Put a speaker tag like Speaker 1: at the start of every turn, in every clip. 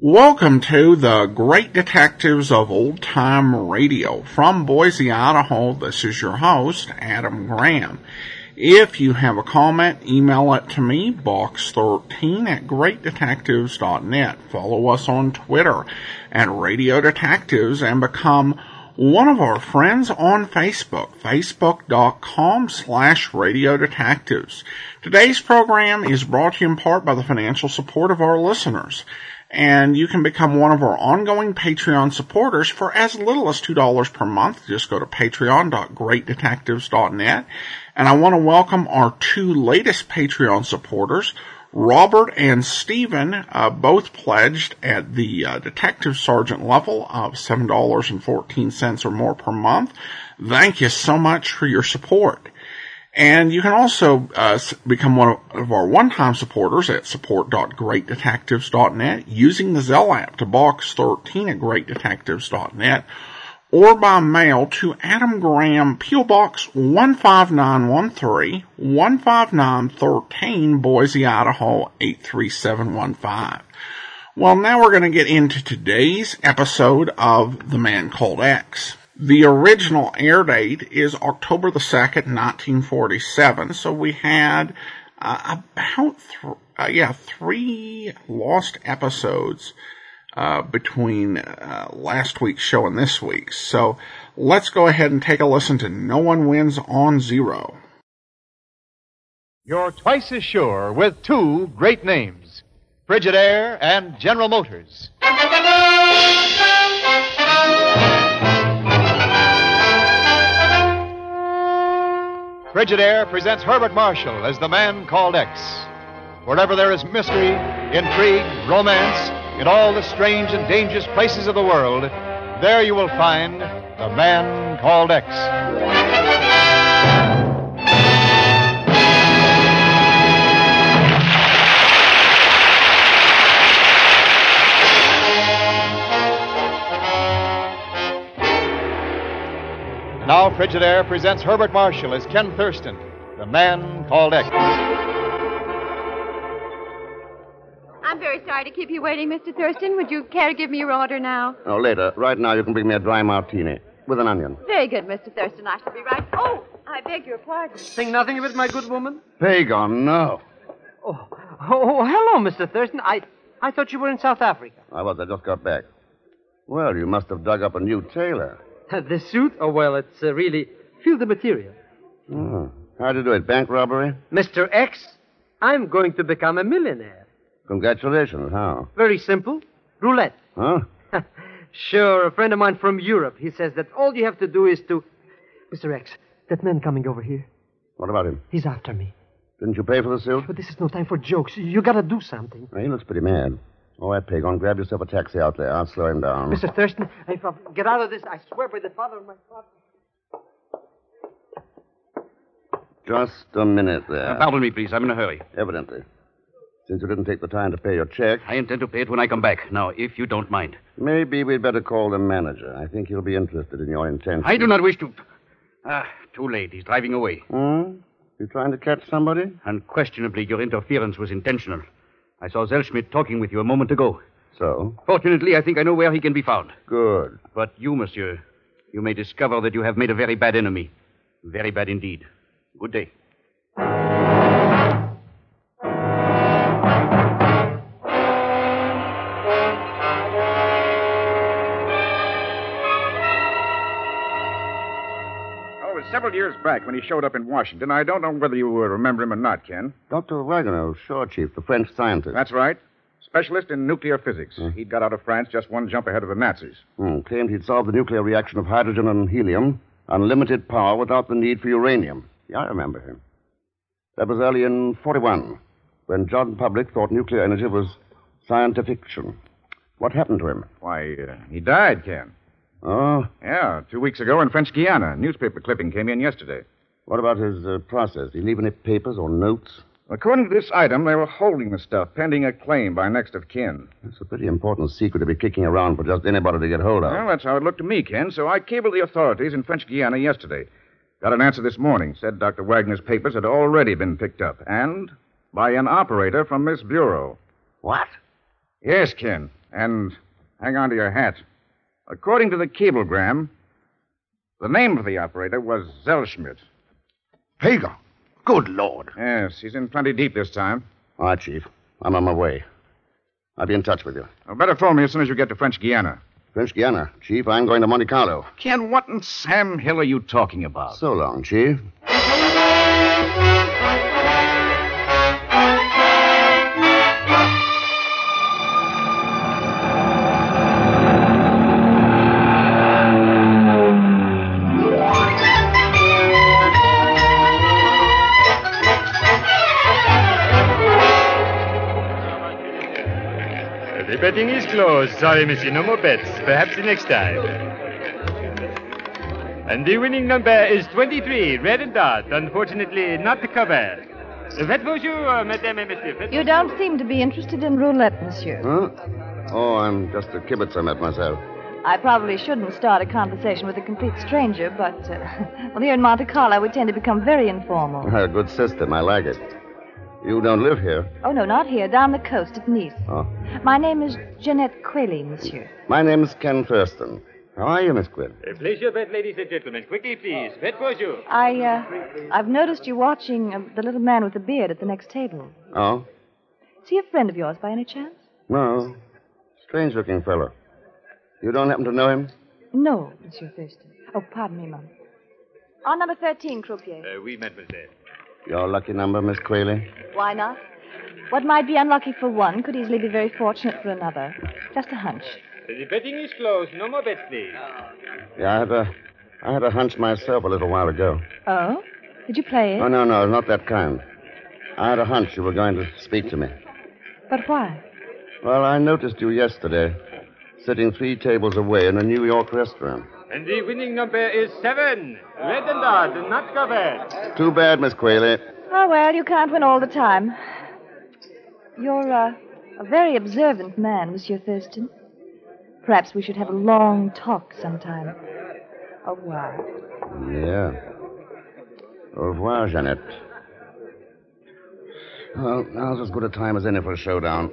Speaker 1: Welcome to the Great Detectives of Old Time Radio. From Boise, Idaho, this is your host, Adam Graham. If you have a comment, email it to me, box13 at greatdetectives.net. Follow us on Twitter at Radio Detectives and become one of our friends on Facebook, facebook.com slash radio detectives. Today's program is brought to you in part by the financial support of our listeners and you can become one of our ongoing Patreon supporters for as little as $2 per month. Just go to patreon.greatdetectives.net. And I want to welcome our two latest Patreon supporters, Robert and Stephen, uh, both pledged at the uh, detective sergeant level of $7.14 or more per month. Thank you so much for your support. And you can also uh, become one of our one-time supporters at support.greatdetectives.net using the Zelle app to box 13 at greatdetectives.net or by mail to Adam Graham, P.O. Box 15913, 15913, Boise, Idaho 83715. Well, now we're going to get into today's episode of The Man Called X. The original air date is October the 2nd, 1947. So we had uh, about, th- uh, yeah, three lost episodes uh, between uh, last week's show and this week's. So let's go ahead and take a listen to No One Wins on Zero.
Speaker 2: You're twice as sure with two great names Frigidaire and General Motors. Frigidaire presents Herbert Marshall as the man called X. Wherever there is mystery, intrigue, romance, in all the strange and dangerous places of the world, there you will find the man called X. Now Frigidaire presents Herbert Marshall as Ken Thurston, the man called X.
Speaker 3: I'm very sorry to keep you waiting, Mr. Thurston. Would you care to give me your order now?
Speaker 4: Oh, later. Right now, you can bring me a dry martini with an onion.
Speaker 3: Very good, Mr. Thurston. I shall be right. Oh, I beg your pardon.
Speaker 5: Think nothing of it, my good woman?
Speaker 4: Pagon, no.
Speaker 5: Oh, oh hello, Mr. Thurston. I, I thought you were in South Africa.
Speaker 4: I was. I just got back. Well, you must have dug up a new tailor.
Speaker 5: the suit? Oh, well, it's uh, really. Feel the material.
Speaker 4: Oh. How'd you do it? Bank robbery?
Speaker 5: Mr. X, I'm going to become a millionaire.
Speaker 4: Congratulations. How?
Speaker 5: Very simple. Roulette.
Speaker 4: Huh?
Speaker 5: sure, a friend of mine from Europe. He says that all you have to do is to. Mr. X, that man coming over here,
Speaker 4: What about him?
Speaker 5: he's after me.
Speaker 4: Didn't you pay for the suit?
Speaker 5: But this is no time for jokes. You gotta do something.
Speaker 4: Now, he looks pretty mad. All right, Pagon, grab yourself a taxi out there. I'll slow him down.
Speaker 5: Mr. Thurston, if I get out of this, I swear by the father of my father.
Speaker 4: Just a minute there.
Speaker 6: Uh, pardon me, please. I'm in a hurry.
Speaker 4: Evidently. Since you didn't take the time to pay your check,
Speaker 6: I intend to pay it when I come back. Now, if you don't mind.
Speaker 4: maybe we'd better call the manager. I think he'll be interested in your intentions.
Speaker 6: I do not wish to. Ah, too late. He's driving away.
Speaker 4: Hmm? You trying to catch somebody?
Speaker 6: Unquestionably, your interference was intentional. I saw Zellschmidt talking with you a moment ago.
Speaker 4: So?
Speaker 6: Fortunately, I think I know where he can be found.
Speaker 4: Good.
Speaker 6: But you, monsieur, you may discover that you have made a very bad enemy. Very bad indeed. Good day.
Speaker 7: Oh, Oh, it was several years back when he showed up in Washington. I don't know whether you uh, remember him or not, Ken.
Speaker 4: Dr. Wagner, sure, Chief, the French scientist.
Speaker 7: That's right. Specialist in nuclear physics.
Speaker 6: Hmm.
Speaker 7: He'd got out of France just one jump ahead of the Nazis.
Speaker 4: Hmm, claimed he'd solved the nuclear reaction of hydrogen and helium, unlimited power without the need for uranium. Yeah, I remember him. That was early in 41, when John Public thought nuclear energy was scientific fiction. What happened to him?
Speaker 7: Why, uh, he died, Ken.
Speaker 4: Oh,
Speaker 7: Yeah, two weeks ago in French Guiana. Newspaper clipping came in yesterday.
Speaker 4: what about his uh, process? Did he leave any papers or notes?
Speaker 7: According to this item, they were holding the stuff, pending a claim by next of kin.
Speaker 4: That's a pretty important secret to be kicking around for just anybody to get hold of.
Speaker 7: Well, that's how it looked to me, Ken, so I cabled the authorities in French Guiana yesterday. Got an answer this morning. Said Dr. Wagner's papers had already been picked up, and by an operator from this bureau.
Speaker 4: What?
Speaker 7: Yes, Ken. And hang on to your hat. According to the cablegram, the name of the operator was Zellschmidt.
Speaker 8: Hager. Good Lord.
Speaker 7: Yes, he's in plenty deep this time.
Speaker 4: All right, Chief. I'm on my way. I'll be in touch with you.
Speaker 7: Well, better phone me as soon as you get to French Guiana.
Speaker 4: French Guiana. Chief, I'm going to Monte Carlo.
Speaker 8: Ken, what in Sam Hill are you talking about?
Speaker 4: So long, Chief.
Speaker 9: The betting is closed. Sorry, monsieur. No more bets. Perhaps the next time. And the winning number is 23, red dot. Unfortunately, not covered. Faites vos jours, mesdames et messieurs. Faites
Speaker 10: You don't seem to be interested in roulette, monsieur.
Speaker 4: Huh? Oh, I'm just a kibitz I met myself.
Speaker 10: I probably shouldn't start a conversation with a complete stranger, but, uh, well, here in Monte Carlo, we tend to become very informal.
Speaker 4: A good system. I like it. You don't live here.
Speaker 10: Oh, no, not here, down the coast at Nice.
Speaker 4: Oh.
Speaker 10: My name is Jeanette Quayle, monsieur.
Speaker 4: My name's Ken Thurston. How are you, Miss Quinn?
Speaker 9: Place your bet, ladies and gentlemen. Quickly, please. Faites vos jours.
Speaker 10: I, uh, I've noticed you watching uh, the little man with the beard at the next table.
Speaker 4: Oh?
Speaker 10: Is he a friend of yours by any chance?
Speaker 4: No. Strange looking fellow. You don't happen to know him?
Speaker 10: No, monsieur Thurston. Oh, pardon me, ma'am. On number 13, croupier.
Speaker 9: Uh, oui, mademoiselle.
Speaker 4: Your lucky number, Miss Quayle?
Speaker 10: Why not? What might be unlucky for one could easily be very fortunate for another. Just a hunch.
Speaker 9: The betting is closed. No more bets, please.
Speaker 4: Yeah, I had a, I had a hunch myself a little while ago.
Speaker 10: Oh? Did you play it?
Speaker 4: Oh, no, no, not that kind. I had a hunch you were going to speak to me.
Speaker 10: But why?
Speaker 4: Well, I noticed you yesterday, sitting three tables away in a New York restaurant.
Speaker 9: And the winning number is seven. Red dot, not covered.
Speaker 4: Too bad, Miss Quayle.
Speaker 10: Oh, well, you can't win all the time. You're uh, a very observant man, Monsieur Thurston. Perhaps we should have a long talk sometime. Au revoir.
Speaker 4: Yeah. Au revoir, Jeanette. Well, now's as good a time as any for a showdown.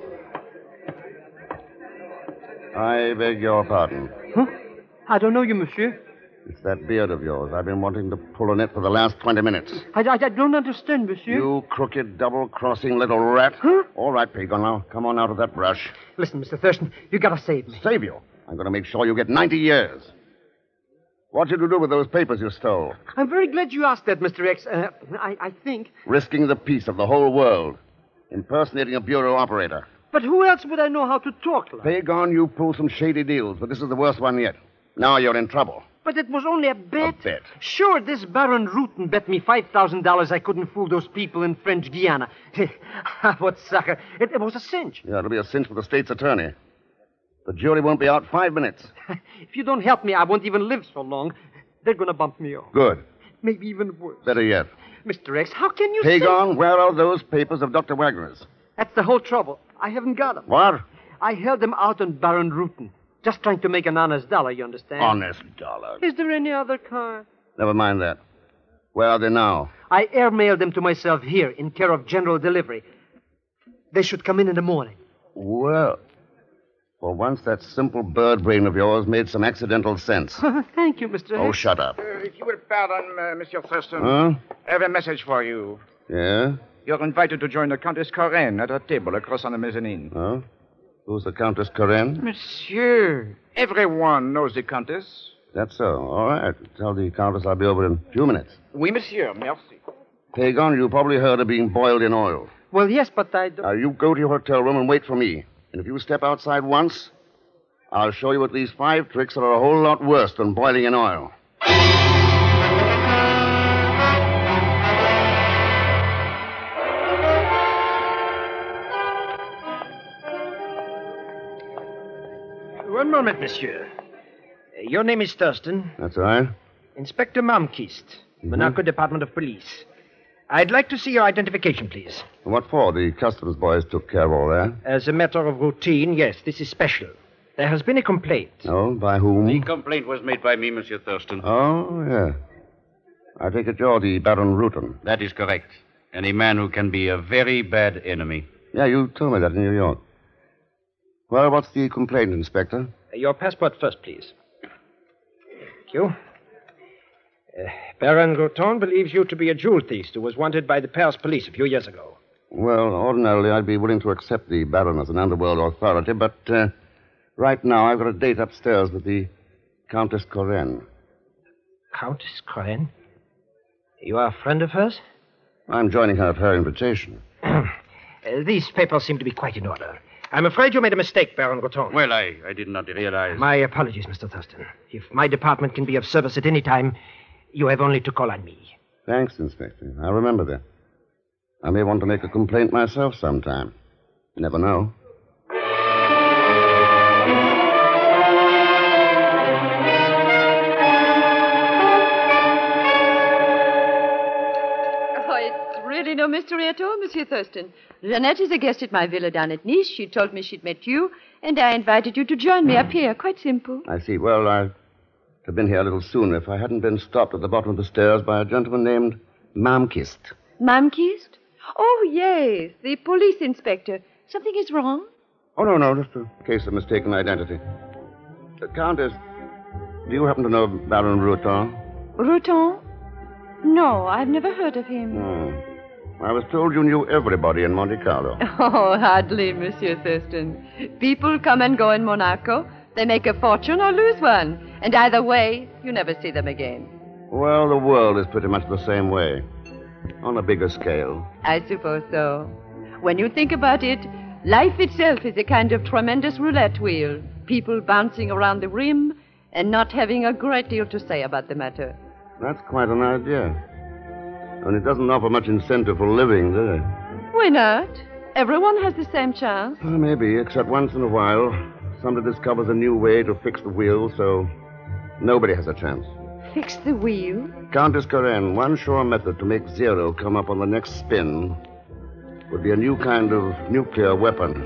Speaker 4: I beg your pardon.
Speaker 5: Huh? I don't know you, monsieur.
Speaker 4: It's that beard of yours. I've been wanting to pull on it for the last 20 minutes.
Speaker 5: I, I, I don't understand, monsieur.
Speaker 4: You crooked, double crossing little rat.
Speaker 5: Huh?
Speaker 4: All right, Pagon, now come on out of that brush.
Speaker 5: Listen, Mr. Thurston, you gotta save me.
Speaker 4: Save you. I'm going to make sure you get 90 years. What did you do with those papers you stole?
Speaker 5: I'm very glad you asked that, Mr. X. Uh, I, I think.
Speaker 4: Risking the peace of the whole world. Impersonating a bureau operator.
Speaker 5: But who else would I know how to talk like?
Speaker 4: Pagon, you pulled some shady deals, but this is the worst one yet. Now you're in trouble.
Speaker 5: But it was only a bet.
Speaker 4: A bet.
Speaker 5: Sure, this Baron Rutten bet me $5,000 I couldn't fool those people in French Guiana. Ah, what sucker. It, it was a cinch.
Speaker 4: Yeah, it'll be a cinch for the state's attorney. The jury won't be out five minutes.
Speaker 5: If you don't help me, I won't even live so long. They're going to bump me off.
Speaker 4: Good.
Speaker 5: Maybe even worse.
Speaker 4: Better yet.
Speaker 5: Mr. X, how can you say-
Speaker 4: Pagon, where are those papers of Dr. Wagner's?
Speaker 5: That's the whole trouble. I haven't got 'em.
Speaker 4: What?
Speaker 5: I held them out on Baron Rutten. Just trying to make an honest dollar, you understand?
Speaker 4: Honest dollar.
Speaker 5: Is there any other kind?
Speaker 4: Never mind that. Where are they now?
Speaker 5: I airmailed them to myself here in care of general delivery. They should come in in the morning.
Speaker 4: Well, for once that simple bird brain of yours made some accidental sense.
Speaker 5: Uh, Thank you, Mr.
Speaker 4: oh,
Speaker 5: X.
Speaker 4: shut up.
Speaker 7: Uh, if you will pardon, uh, Monsieur Thurston,
Speaker 4: Huh?
Speaker 7: I have a message for you.
Speaker 4: Yeah?
Speaker 7: You're invited to join the Countess Corinne at her table across on the mezzanine.
Speaker 4: Huh? Who's the Countess Corinne?
Speaker 5: Monsieur.
Speaker 7: Everyone knows the Countess.
Speaker 4: That's so. All right. Tell the Countess I'll be over in a few minutes.
Speaker 7: Oui, monsieur, merci.
Speaker 4: Pagon, you probably heard of being boiled in oil.
Speaker 5: Well, yes, but I don't.
Speaker 4: Now, you go to your hotel room and wait for me. And if you step outside once, I'll show you at least five tricks that are a whole lot worse than boiling in oil.
Speaker 5: Uh, One moment, monsieur. Uh, Your name is Thurston,
Speaker 4: That's all right.
Speaker 5: Inspector Malmquist, Monaco Department of Police. I'd like to see your identification, please.
Speaker 4: What for? The customs boys took care of all that.
Speaker 5: As a matter of routine, yes, this is special. There has been a complaint.
Speaker 4: Oh, by whom?
Speaker 6: The complaint was made by me, Monsieur Thurston.
Speaker 4: Oh, yeah. I take it you're the Baron Rutan.
Speaker 6: That is correct. Any man who can be a very bad enemy.
Speaker 4: Yeah, you told me that in New York. Well, what's the complaint, Inspector?
Speaker 11: Your passport first, please. Thank you. Uh, Baron Groton believes you to be a jewel thief who was wanted by the Paris police a few years ago.
Speaker 4: Well, ordinarily I'd be willing to accept the Baron as an underworld authority, but uh, right now I've got a date upstairs with the Countess Corinne.
Speaker 11: Countess Corinne? You are a friend of hers?
Speaker 4: I'm joining her at her invitation.
Speaker 11: Uh, these papers seem to be quite in order. I'm afraid you made a mistake, Baron Groton.
Speaker 6: Well, I, I did not realize.
Speaker 11: My apologies, Mr. Thurston. If my department can be of service at any time, you have only to call on me.
Speaker 4: Thanks, Inspector. I'll remember that. I may want to make a complaint myself sometime. Never know.
Speaker 3: Oh, it's really no mystery at all, Monsieur Thurston. Jeanette is a guest at my villa down at Nice. She told me she'd met you, and I invited you to join me up here. Quite simple.
Speaker 4: I see. Well, I'd have been here a little sooner if I hadn't been stopped at the bottom of the stairs by a gentleman named Mamkist.
Speaker 3: Ma'am Kist? Oh, yes, the police inspector. Something is wrong?
Speaker 4: Oh, no, no, just a case of mistaken identity. Uh, Countess, do you happen to know Baron Rutan?
Speaker 3: Ruton? No, I've never heard of him.
Speaker 4: Hmm. I was told you knew everybody in Monte Carlo.
Speaker 3: Oh, hardly, Monsieur Thurston. People come and go in Monaco. They make a fortune or lose one. And either way, you never see them again.
Speaker 4: Well, the world is pretty much the same way, on a bigger scale.
Speaker 3: I suppose so. When you think about it, life itself is a kind of tremendous roulette wheel. People bouncing around the rim and not having a great deal to say about the matter.
Speaker 4: That's quite an idea. And it doesn't offer much incentive for living, does it?
Speaker 3: Why not? Everyone has the same chance.
Speaker 4: Well, maybe, except once in a while, somebody discovers a new way to fix the wheel, so nobody has a chance.
Speaker 3: Fix the wheel.
Speaker 4: Countess Corinne, one sure method to make zero come up on the next spin would be a new kind of nuclear weapon.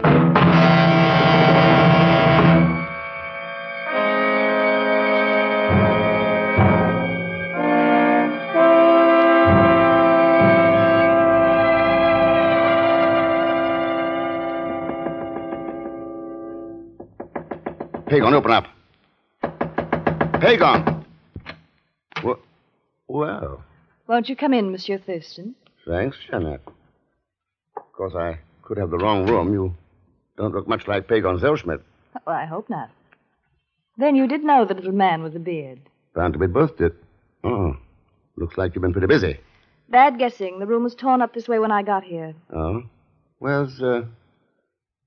Speaker 4: Pagon, open up. Pagon! Wha- Well,
Speaker 10: Won't you come in, Monsieur Thurston?
Speaker 4: thanks, Jeanette. Of course, I could have the wrong room. You don't look much like Pagon Zellschmidt.
Speaker 10: Well, Oh, I hope not. Then you did know the little man with the beard.
Speaker 4: Bound to be both did. Oh, looks like you've been pretty busy.
Speaker 10: Bad guessing. The room was torn up this way when I got here.
Speaker 4: Oh? Where's, uh,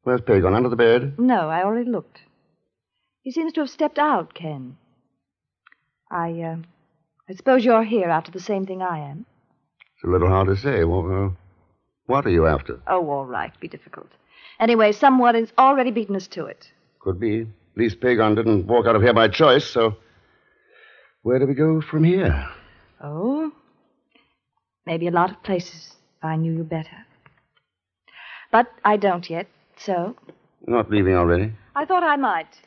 Speaker 4: where's Pagon? Under the bed?
Speaker 10: No, I already looked. He seems to have stepped out, Ken. I, uh, I suppose you're here after the same thing I am.
Speaker 4: It's a little hard to say. What, uh, what are you after?
Speaker 10: Oh, all right. Be difficult. Anyway, someone has already beaten us to it.
Speaker 4: Could be. At least Pagon didn't walk out of here by choice, so. Where do we go from here?
Speaker 10: Oh? Maybe a lot of places if I knew you better. But I don't yet, so
Speaker 4: Not leaving already?
Speaker 10: I thought I might.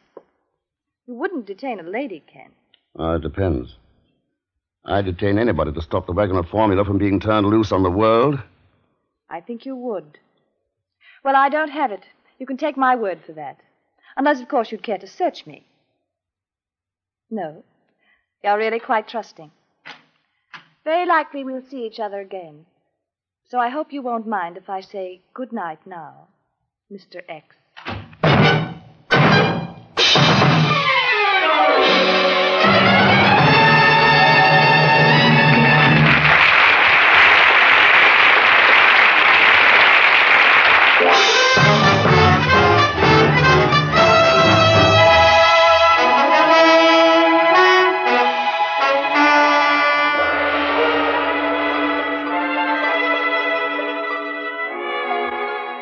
Speaker 10: You wouldn't detain a lady, Ken.
Speaker 4: Uh, it depends. I detain anybody to stop the wagon of formula from being turned loose on the world.
Speaker 10: I think you would. Well, I don't have it. You can take my word for that. Unless, of course, you'd care to search me. No. You're really quite trusting. Very likely we'll see each other again. So I hope you won't mind if I say good night now, Mr. X.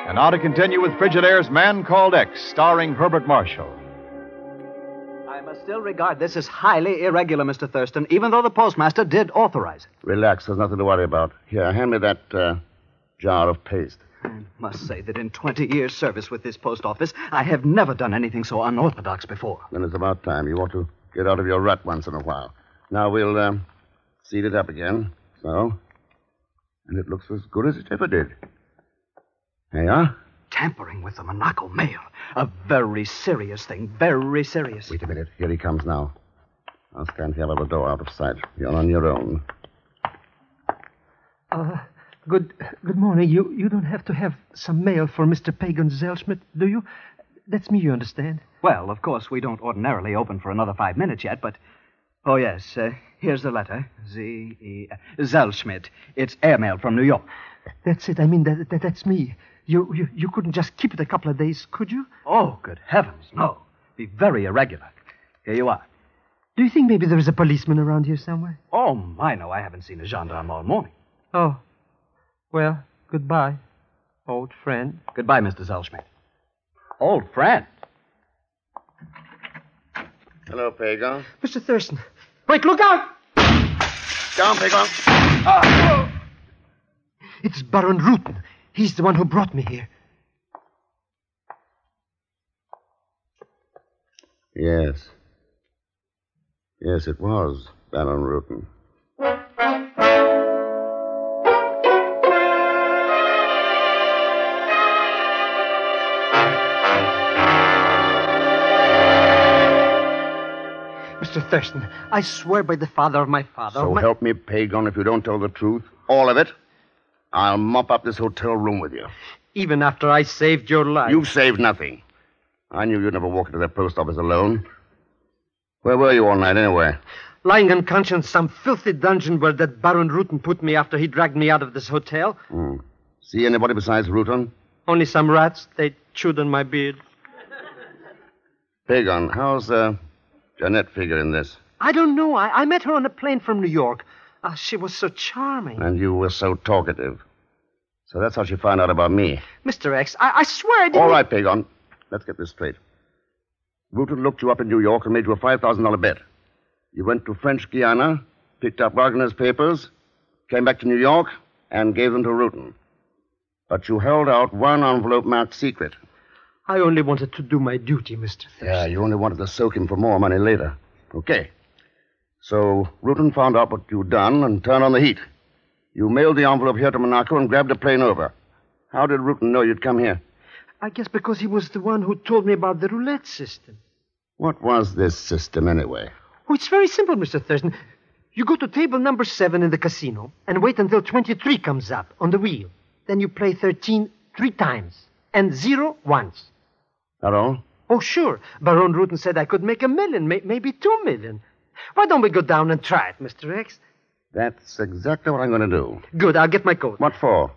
Speaker 2: And now to continue with Frigidaire's Man Called X, starring Herbert Marshall.
Speaker 12: I must still regard this as highly irregular, Mr. Thurston, even though the postmaster did authorize it.
Speaker 4: Relax, there's nothing to worry about. Here, hand me that uh, jar of paste.
Speaker 12: Must say that in 20 years' service with this post office, I have never done anything so unorthodox before.
Speaker 4: Then it's about time. You ought to get out of your rut once in a while. Now we'll um, seed it up again. So. And it looks as good as it ever did. There you are.
Speaker 12: Tampering with the Monaco mail. A very serious thing. Very serious.
Speaker 4: Wait a minute. Here he comes now. I'll scan the other door out of sight. You're on your own.
Speaker 13: Uh, good good morning. You you don't have to have some mail for Mr. Pagan Zellschmidt, do you? That's me, you understand?
Speaker 12: Well, of course, we don't ordinarily open for another five minutes yet, but. Oh, yes. Uh, here's the letter. Z E. Zellschmidt. It's airmail from New York.
Speaker 13: That's it. I mean, that, that that's me. You, you you couldn't just keep it a couple of days, could you?
Speaker 12: Oh, good heavens, no. Be very irregular. Here you are.
Speaker 13: Do you think maybe there is a policeman around here somewhere?
Speaker 12: Oh, my, no, I haven't seen a gendarme all morning.
Speaker 13: Oh. Well, goodbye, old friend.
Speaker 12: Goodbye, Mr. Zellschmidt. Old friend?
Speaker 4: Hello, Pagan.
Speaker 13: Mr. Thurston. Wait, look out!
Speaker 4: Down, Pagan.
Speaker 5: Ah!
Speaker 13: It's Baron Rutten. He's the one who brought me here.
Speaker 4: Yes. Yes, it was Baron Rutten.
Speaker 5: Mr. Thurston, I swear by the father of my father.
Speaker 4: So
Speaker 5: my...
Speaker 4: help me, Pagan, if you don't tell the truth, Oh, all of it, I'll mop up this hotel room with you.
Speaker 5: Even after I saved your life.
Speaker 4: You've saved nothing. I knew you'd never walk into that post office alone. Where were you all night, anyway?
Speaker 5: Lying unconscious in some filthy dungeon where that Baron Rutten put me after he dragged me out of this hotel.
Speaker 4: Hmm. See anybody besides Ruton?
Speaker 5: Only some rats. They chewed on my beard.
Speaker 4: Pagan, how's uh, Jeanette figure in this?
Speaker 5: I don't know. I, I met her on a plane from New York. Ah, she was so charming.
Speaker 4: And you were so talkative. So that's how she found out about me.
Speaker 5: Mr. X, I, I swear I didn't.
Speaker 4: All right, Pagon. Let's get this straight. Rutan looked you up in New York and made you a $5,000 bet. You went to French Guiana, picked up Wagner's papers, came back to New York, and gave them to Rutan. But you held out one envelope marked secret.
Speaker 5: I only wanted to do my duty, Mr. Thurston.
Speaker 4: Yeah, you only wanted to soak him for more money later. Okay. So Rutan found out what you'd done and turned on the heat. You mailed the envelope here to Monaco and grabbed a plane over. How did Rutan know you'd come here?
Speaker 5: I guess because he was the one who told me about the roulette system.
Speaker 4: What was this system, anyway?
Speaker 5: Oh, it's very simple, Mr. Thurston. You go to table number seven in the casino and wait until 23 comes up on the wheel. Then you play 13 three times and zero once.
Speaker 4: That all?
Speaker 5: Oh, sure. Baron Rutan said I could make a million, may- maybe two million. Why don't we go down and try it, Mr. X?
Speaker 4: That's exactly what I'm going to do.
Speaker 5: Good, I'll get my coat.
Speaker 4: What for?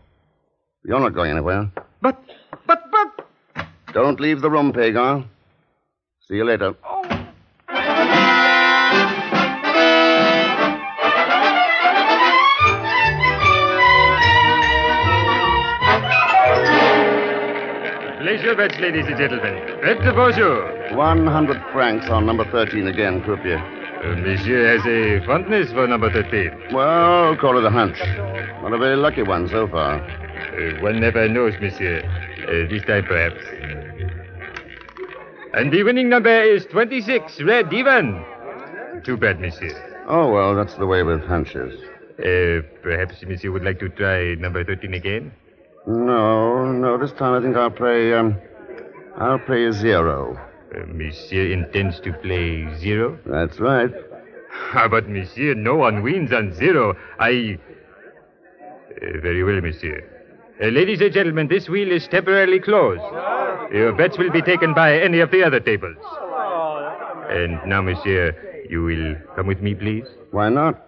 Speaker 4: You're not going anywhere.
Speaker 5: But, but, but.
Speaker 4: Don't leave the room, Pagan. See you later.
Speaker 9: Pleasure bets, ladies and gentlemen. Bet de bonjour.
Speaker 4: 100 francs on number 13 again, croupier.
Speaker 9: monsieur has Euh, a fondness for number 13.
Speaker 4: Well, call it a hunch. Not a very lucky one so far.
Speaker 9: Uh, one never knows, monsieur. Uh, this time, perhaps. And the winning number is 26, red even. Too bad, monsieur.
Speaker 4: Oh, well, that's the way with hunches.
Speaker 9: Uh, perhaps monsieur would like to try number 13 again?
Speaker 4: No, no, this time I think I'll play, um, I'll play a zero.
Speaker 9: Uh, monsieur intends to play zero?
Speaker 4: That's right.
Speaker 9: Ah, but, monsieur, no one wins on zero. I. Uh, very well, monsieur. Uh, ladies and gentlemen, this wheel is temporarily closed. Your bets will be taken by any of the other tables. And now, monsieur, you will come with me, please?
Speaker 4: Why not?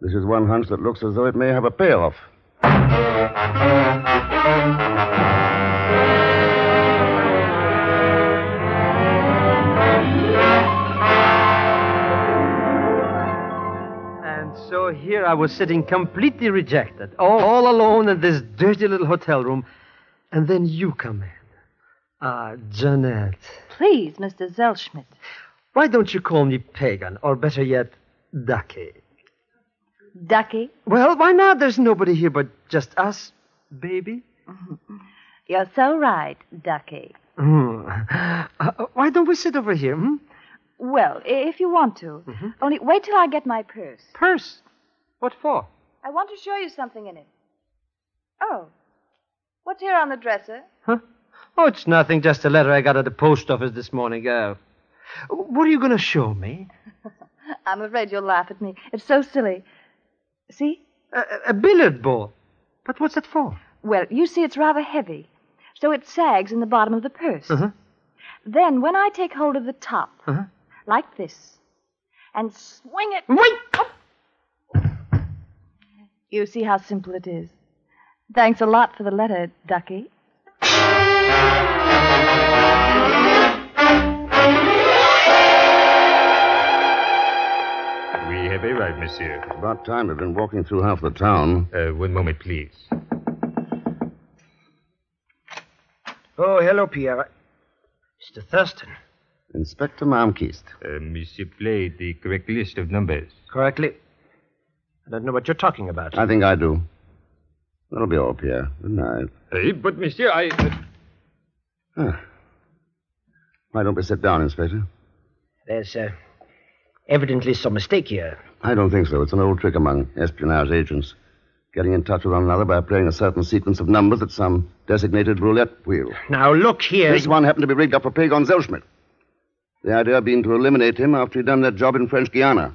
Speaker 4: This is one hunch that looks as though it may have a payoff.
Speaker 5: And so here I was sitting completely rejected, all, all alone in this dirty little hotel room. And then you come in. Ah, Jeanette.
Speaker 10: Please, Mr. Zellschmidt.
Speaker 5: Why don't you call me Pagan, or better yet, Ducky?
Speaker 10: Ducky,
Speaker 5: Well, why not? There's nobody here but just us, baby.
Speaker 10: you're so right, Ducky.
Speaker 5: Hmm. Uh, why don't we sit over here? Hmm?
Speaker 10: Well, i- if you want to. Only wait till I get my purse.
Speaker 5: Purse? What for?
Speaker 10: I want to show you something in it. Oh. What's here on the dresser?
Speaker 5: Huh? Oh, it's nothing, just a letter I got at the post office this morning. Uh, what are you going to show me?
Speaker 10: I'm afraid you'll laugh at me. It's so silly. See?
Speaker 5: A, a billiard ball. But what's that for?
Speaker 10: Well, you see, it's rather heavy, so it sags in the bottom of the purse.
Speaker 5: Uh-huh.
Speaker 10: Then, when I take hold of the top,
Speaker 5: Uh-huh.
Speaker 10: like this, and swing it. You see how simple it is. Thanks a lot for the letter, Ducky.
Speaker 9: We have arrived, monsieur.
Speaker 4: About time we've been walking through half the town.
Speaker 9: Uh, one moment, please.
Speaker 11: Oh, hello, Pierre. Mr. Thurston.
Speaker 4: Inspector Malmquist.
Speaker 9: Uh, monsieur played the correct list of numbers.
Speaker 11: Correctly. I don't know what you're talking
Speaker 5: Uh,
Speaker 11: about.
Speaker 4: I think I do. That'll be all, Pierre. Good night.
Speaker 9: Eh, but, monsieur, I.
Speaker 4: Ah. Why don't we sit down, Inspector?
Speaker 11: There's uh, evidently some mistake here.
Speaker 4: I don't think so. It's an old trick among espionage agents. Getting in touch with one another by playing a certain sequence of numbers at some designated roulette wheel.
Speaker 11: Now, look here.
Speaker 4: This one happened to be rigged up for Pagon Zellschmidt. The idea being to eliminate him after he'd done that job in French Guiana.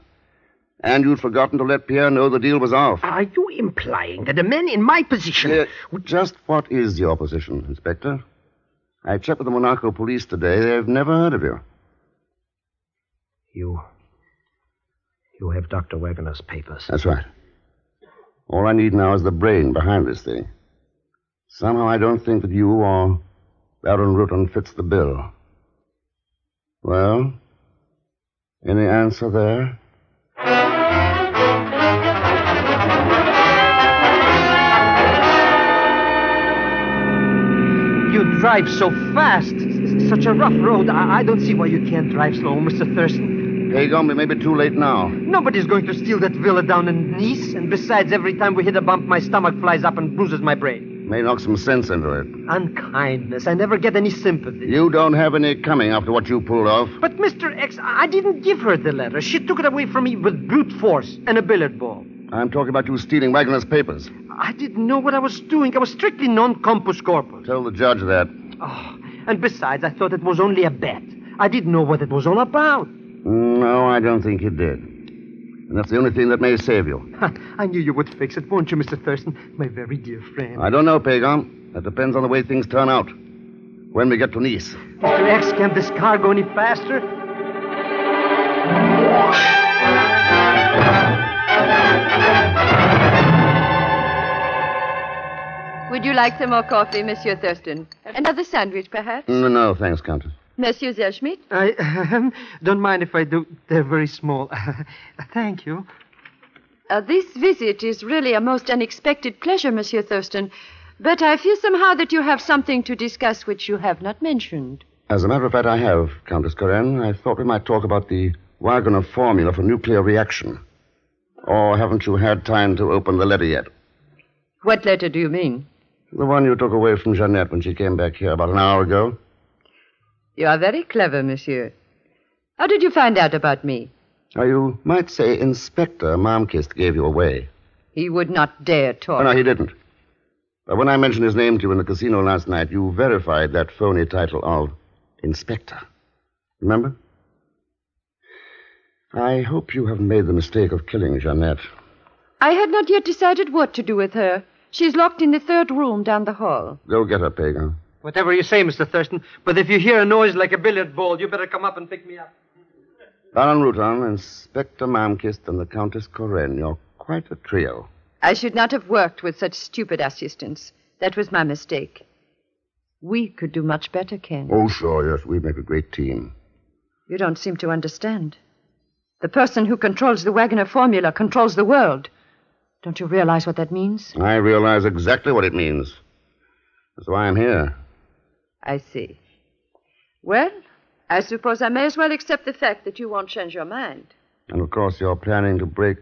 Speaker 4: And you'd forgotten to let Pierre know the deal was off.
Speaker 5: Ah.
Speaker 11: Are you implying that a man in my position.
Speaker 4: Just what is your position, Inspector? I checked with the Monaco police today. They've never heard of you.
Speaker 11: You. You have Dr. Wagner's papers.
Speaker 4: That's right. All I need now is the brain behind this thing. Somehow I don't think that you or Baron Rutan fits the bill. Well, any answer there?
Speaker 5: You drive so fast. S- Such a rough road. I, I don't see why you can't drive slow, Mr. Thurston.
Speaker 4: Pagon, we may be too late now.
Speaker 5: Nobody's going to steal that villa down in Nice, and besides, every time we hit a bump, my stomach flies up and bruises my brain.
Speaker 4: May knock some sense into it.
Speaker 5: Unkindness. I never get any sympathy.
Speaker 4: You don't have any coming after what you pulled off.
Speaker 5: But, Mr. X, I I didn't give her the letter. She took it away from me with brute force and a billiard ball.
Speaker 4: I'm talking about you stealing Wagner's papers.
Speaker 5: I didn't know what I was doing. I was strictly non compos corpus. Oh,
Speaker 4: Tell the judge that.
Speaker 5: And besides, I thought it was only a bet. I didn't know what it was all about.
Speaker 4: No, I don't think you did. And that's the only thing that may save you.
Speaker 5: Ha, I knew you would fix it, won't you, Mr. Thurston? My very dear friend.
Speaker 4: I don't know, Pagon. That depends on the way things turn out. When we get to Nice.
Speaker 5: Mr. X, can this car go any faster?
Speaker 3: Would you like some more coffee, Monsieur Thurston? Another sandwich, perhaps?
Speaker 4: No, Mm, no, thanks, Countess.
Speaker 3: Monsieur Zellschmidt?
Speaker 5: I don't mind if I do. They're very small. Thank you.
Speaker 3: Uh, this visit is really a most unexpected pleasure, Monsieur Thurston. But I feel somehow that you have something to discuss which you have not mentioned.
Speaker 4: As a matter of fact, I have, Countess Corinne. I thought we might talk about the Wagner formula for nuclear reaction. Or haven't you had time to open the letter yet?
Speaker 3: What letter do you mean?
Speaker 4: The one you took away from Jeanette when she came back here about an hour ago?
Speaker 3: You are very clever, Monsieur. How did you find out about me?
Speaker 4: Now, you might say Inspector Malmkist gave you away.
Speaker 3: He would not dare talk.
Speaker 4: Oh, no, he didn't. But when I mentioned his name to you in the casino last night, you verified that phony title of Inspector. Remember? I hope you haven't made the mistake of killing Jeanette.
Speaker 3: I had not yet decided what to do with her. She's locked in the third room down the hall.
Speaker 4: Go get her, Pagan.
Speaker 5: Whatever you say, Mr. Thurston, but if you hear a noise like a billiard ball, you better come up and pick me up.
Speaker 4: Baron Rutan, Inspector Malmkist, and the Countess Corinne. You're quite a trio.
Speaker 3: I should not have worked with such stupid assistants. That was my mistake. We could do much better, Ken.
Speaker 4: Oh, sure, yes, we make a great team.
Speaker 3: You don't seem to understand. The person who controls the Wagner formula controls the world. Don't you realize what that means?
Speaker 4: I realize exactly what it means. That's why I'm here.
Speaker 3: I see. Well, I suppose I may as well accept the fact that you won't change your mind.
Speaker 4: And of course, you're planning to break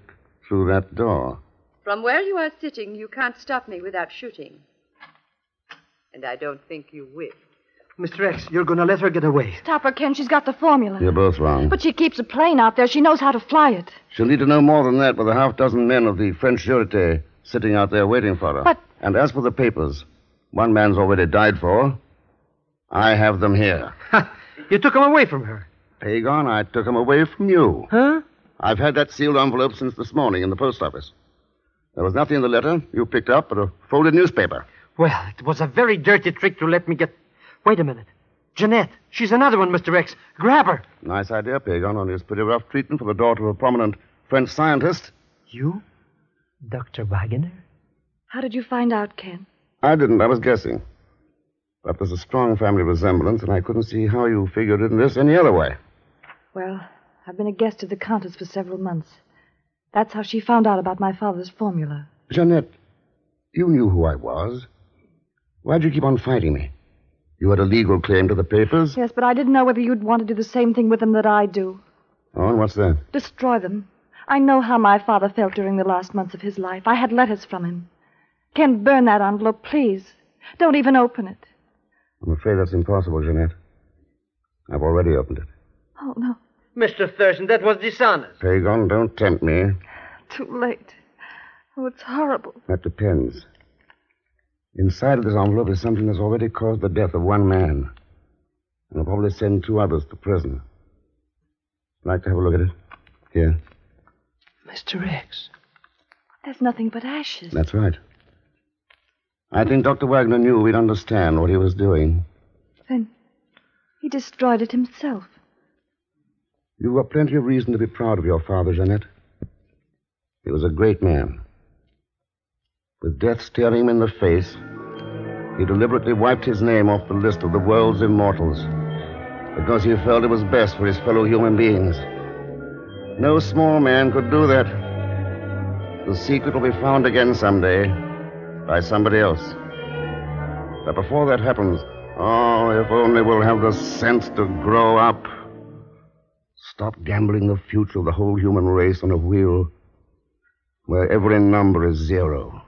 Speaker 4: through that door.
Speaker 3: From where you are sitting, you can't stop me without shooting. And I don't think you will.
Speaker 5: Mr. X, you're going to let her get away.
Speaker 10: Stop her, Ken. She's got the formula.
Speaker 4: You're both wrong.
Speaker 10: But she keeps a plane out there. She knows how to fly it.
Speaker 4: She'll need to know more than that with a half dozen men of the French Surete sitting out there waiting for her.
Speaker 10: But-
Speaker 4: And as for the papers, one man's already died for. I have them here.
Speaker 5: You took him away from her.
Speaker 4: Pagon, I took them away from you.
Speaker 5: Huh?
Speaker 4: I've had that sealed envelope since this morning in the post office. There was nothing in the letter you picked up but a folded newspaper.
Speaker 5: Well, it was a very dirty trick to let me get. Wait a minute. Jeanette, she's another one, Mr. X. Grab her.
Speaker 4: Nice idea, Pagon, only it's pretty rough treatment for the daughter of a prominent French scientist.
Speaker 5: You? Dr. Wagner?
Speaker 10: How did you find out, Ken?
Speaker 4: I didn't. I was guessing. But there's a strong family resemblance, and I couldn't see how you figured in this any other way.
Speaker 10: Well, I've been a guest of the Countess for several months. That's how she found out about my father's formula.
Speaker 4: Jeanette, you knew who I was. Why'd you keep on fighting me? You had a legal claim to the papers?
Speaker 10: Yes, but I didn't know whether you'd want to do the same thing with them that I do
Speaker 4: Oh, and what's that?
Speaker 10: destroy them. I know how my father felt during the last months of his life. I had letters from him. Ken, burn that envelope, please. Don't even open it.
Speaker 4: I'm afraid that's impossible, Jeanette. I've already opened it.
Speaker 10: Oh, no.
Speaker 5: Mr. Thurston, that was dishonest.
Speaker 4: Pagon, don't tempt me.
Speaker 10: Too late. Oh, it's horrible.
Speaker 4: That depends. Inside of this envelope is something that's already caused the death of one man. And will probably send two others to prison. Like to have a look at it? Here.
Speaker 10: Mr. X. There's nothing but ashes.
Speaker 4: That's right. I think Dr. Wagner knew we'd understand what he was doing.
Speaker 10: Then he destroyed it himself.
Speaker 4: You've got plenty of reason to be proud of your father, Jeanette. He was a great man. With death staring him in the face, he deliberately wiped his name off the list of the world's immortals because he felt it was best for his fellow human beings. No small man could do that. The secret will be found again someday by somebody else. But before that happens, oh, if only we'll have the sense to grow up. Stop gambling the future of the whole human race on a wheel where every number is zero.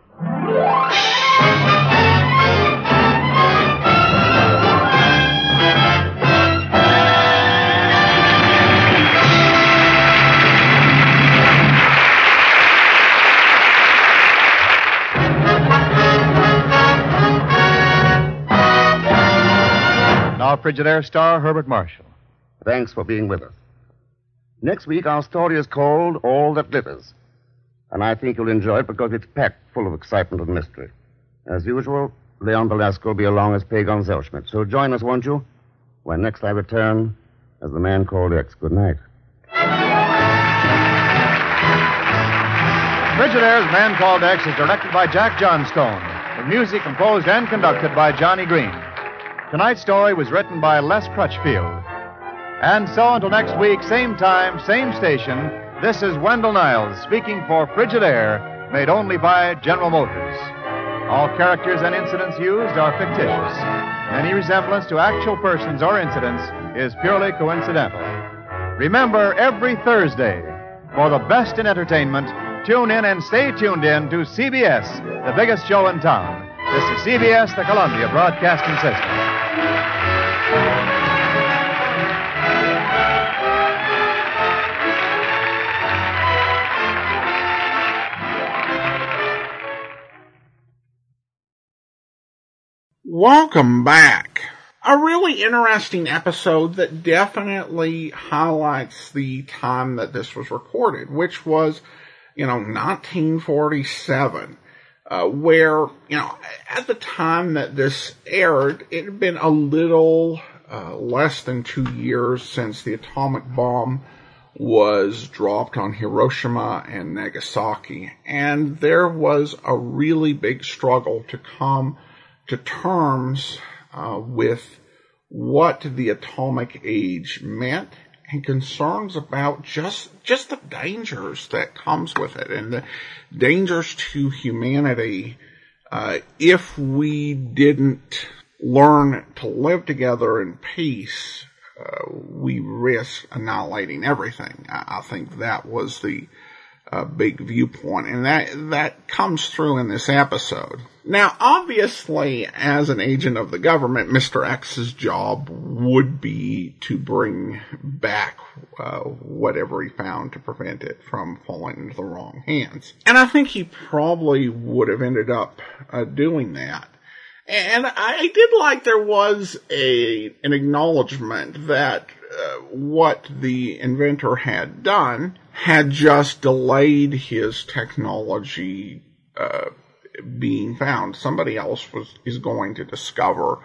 Speaker 2: Now, Frigidaire star Herbert Marshall.
Speaker 4: Thanks for being with us. Next week, our story is called All That Glitters. And I think you'll enjoy it because it's packed full of excitement and mystery. As usual, Leon Velasco will be along as Pagon Zellschmidt. So join us, won't you? When next I return, as the man called X. Good night.
Speaker 2: Frigidaire's Man Called X is directed by Jack Johnstone, with music composed and conducted by Johnny Green. Tonight's story was written by Les Crutchfield. And so until next week, same time, same station, this is Wendell Niles speaking for Frigidaire, made only by General Motors. All characters and incidents used are fictitious. Any resemblance to actual persons or incidents is purely coincidental. Remember, every Thursday, for the best in entertainment, tune in and stay tuned in to CBS, the biggest show in town. This is CBS, the Columbia Broadcasting System.
Speaker 1: Welcome back. A really interesting episode that definitely highlights the time that this was recorded, which was, you know, 1947, uh, where, you know, at the time that this aired, it had been a little uh, less than two years since the atomic bomb was dropped on Hiroshima and Nagasaki, and there was a really big struggle to come to terms uh, with what the atomic age meant and concerns about just just the dangers that comes with it and the dangers to humanity uh, if we didn't learn to live together in peace. Uh, we risk annihilating everything. I, I think that was the a big viewpoint, and that that comes through in this episode. Now, obviously, as an agent of the government, Mr. X's job would be to bring back uh, whatever he found to prevent it from falling into the wrong hands, and I think he probably would have ended up uh, doing that. And I did like there was a an acknowledgement that uh, what the inventor had done had just delayed his technology uh, being found. Somebody else was is going to discover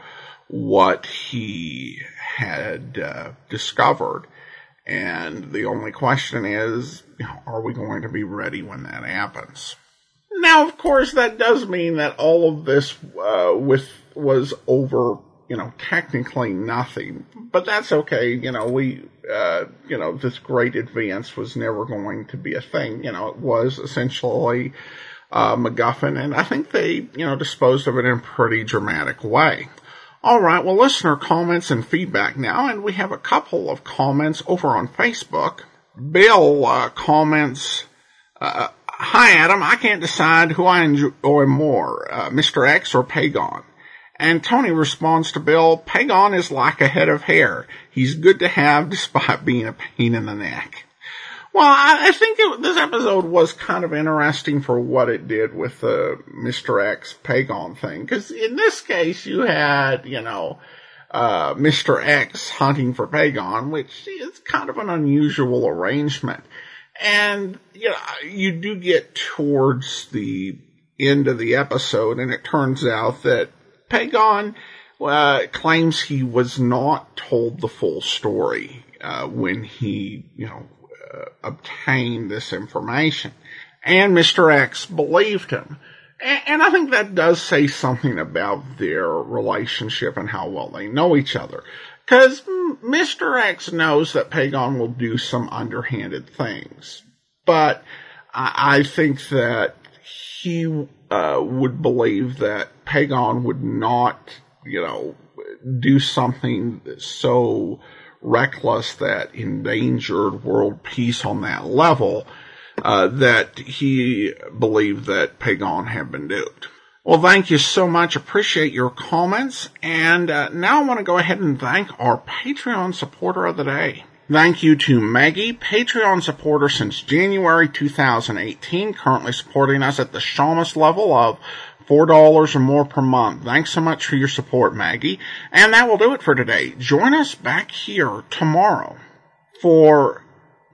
Speaker 1: what he had uh, discovered, and the only question is, you know, are we going to be ready when that happens? Now, of course, that does mean that all of this uh, with was over. You know, technically nothing, but that's okay. You know, we, uh, you know, this great advance was never going to be a thing. You know, it was essentially uh, MacGuffin, and I think they, you know, disposed of it in a pretty dramatic way. All right, well, listener comments and feedback now, and we have a couple of comments over on Facebook. Bill uh, comments, uh, "Hi Adam, I can't decide who I enjoy more, uh, Mr. X or Pagon." And Tony responds to Bill, "Pagon is like a head of hair. He's good to have, despite being a pain in the neck." Well, I, I think it, this episode was kind of interesting for what it did with the Mr. X Pagon thing. Because in this case, you had, you know, uh, Mr. X hunting for Pagon, which is kind of an unusual arrangement. And, you know, you do get towards the end of the episode, and it turns out that Pagon uh, claims he was not told the full story uh, when he, you know, obtain this information. And Mr. X believed him. And, and, I think that does say something about their relationship and how well they know each other. Because Mr. X knows that Pagon will do some underhanded things. But I, I think that he uh, would believe that Pagon would not, you know, do something so reckless, that endangered world peace on that level, uh, that he believed that Pagon had been duped. Well, thank you so much. Appreciate your comments. And uh, now I want to go ahead and thank our Patreon supporter of the day. Thank you to Maggie, Patreon supporter since January 2018, currently supporting us at the Shamus level of $4 or more per month. Thanks so much for your support, Maggie. And that will do it for today. Join us back here tomorrow for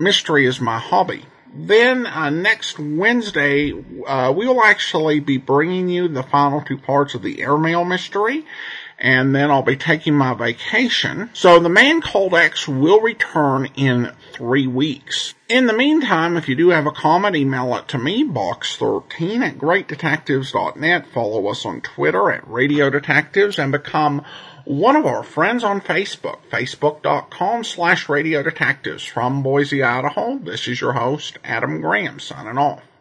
Speaker 1: Mystery is My Hobby. Then uh, next Wednesday, uh, we will actually be bringing you the final two parts of the airmail mystery. And then I'll be taking my vacation. So the man called X will return in three weeks. In the meantime, if you do have a comment, email it to me, box13 at greatdetectives.net. Follow us on Twitter at Radio Detectives and become one of our friends on Facebook, facebook.com slash Radio Detectives. From Boise, Idaho, this is your host, Adam Graham, signing off.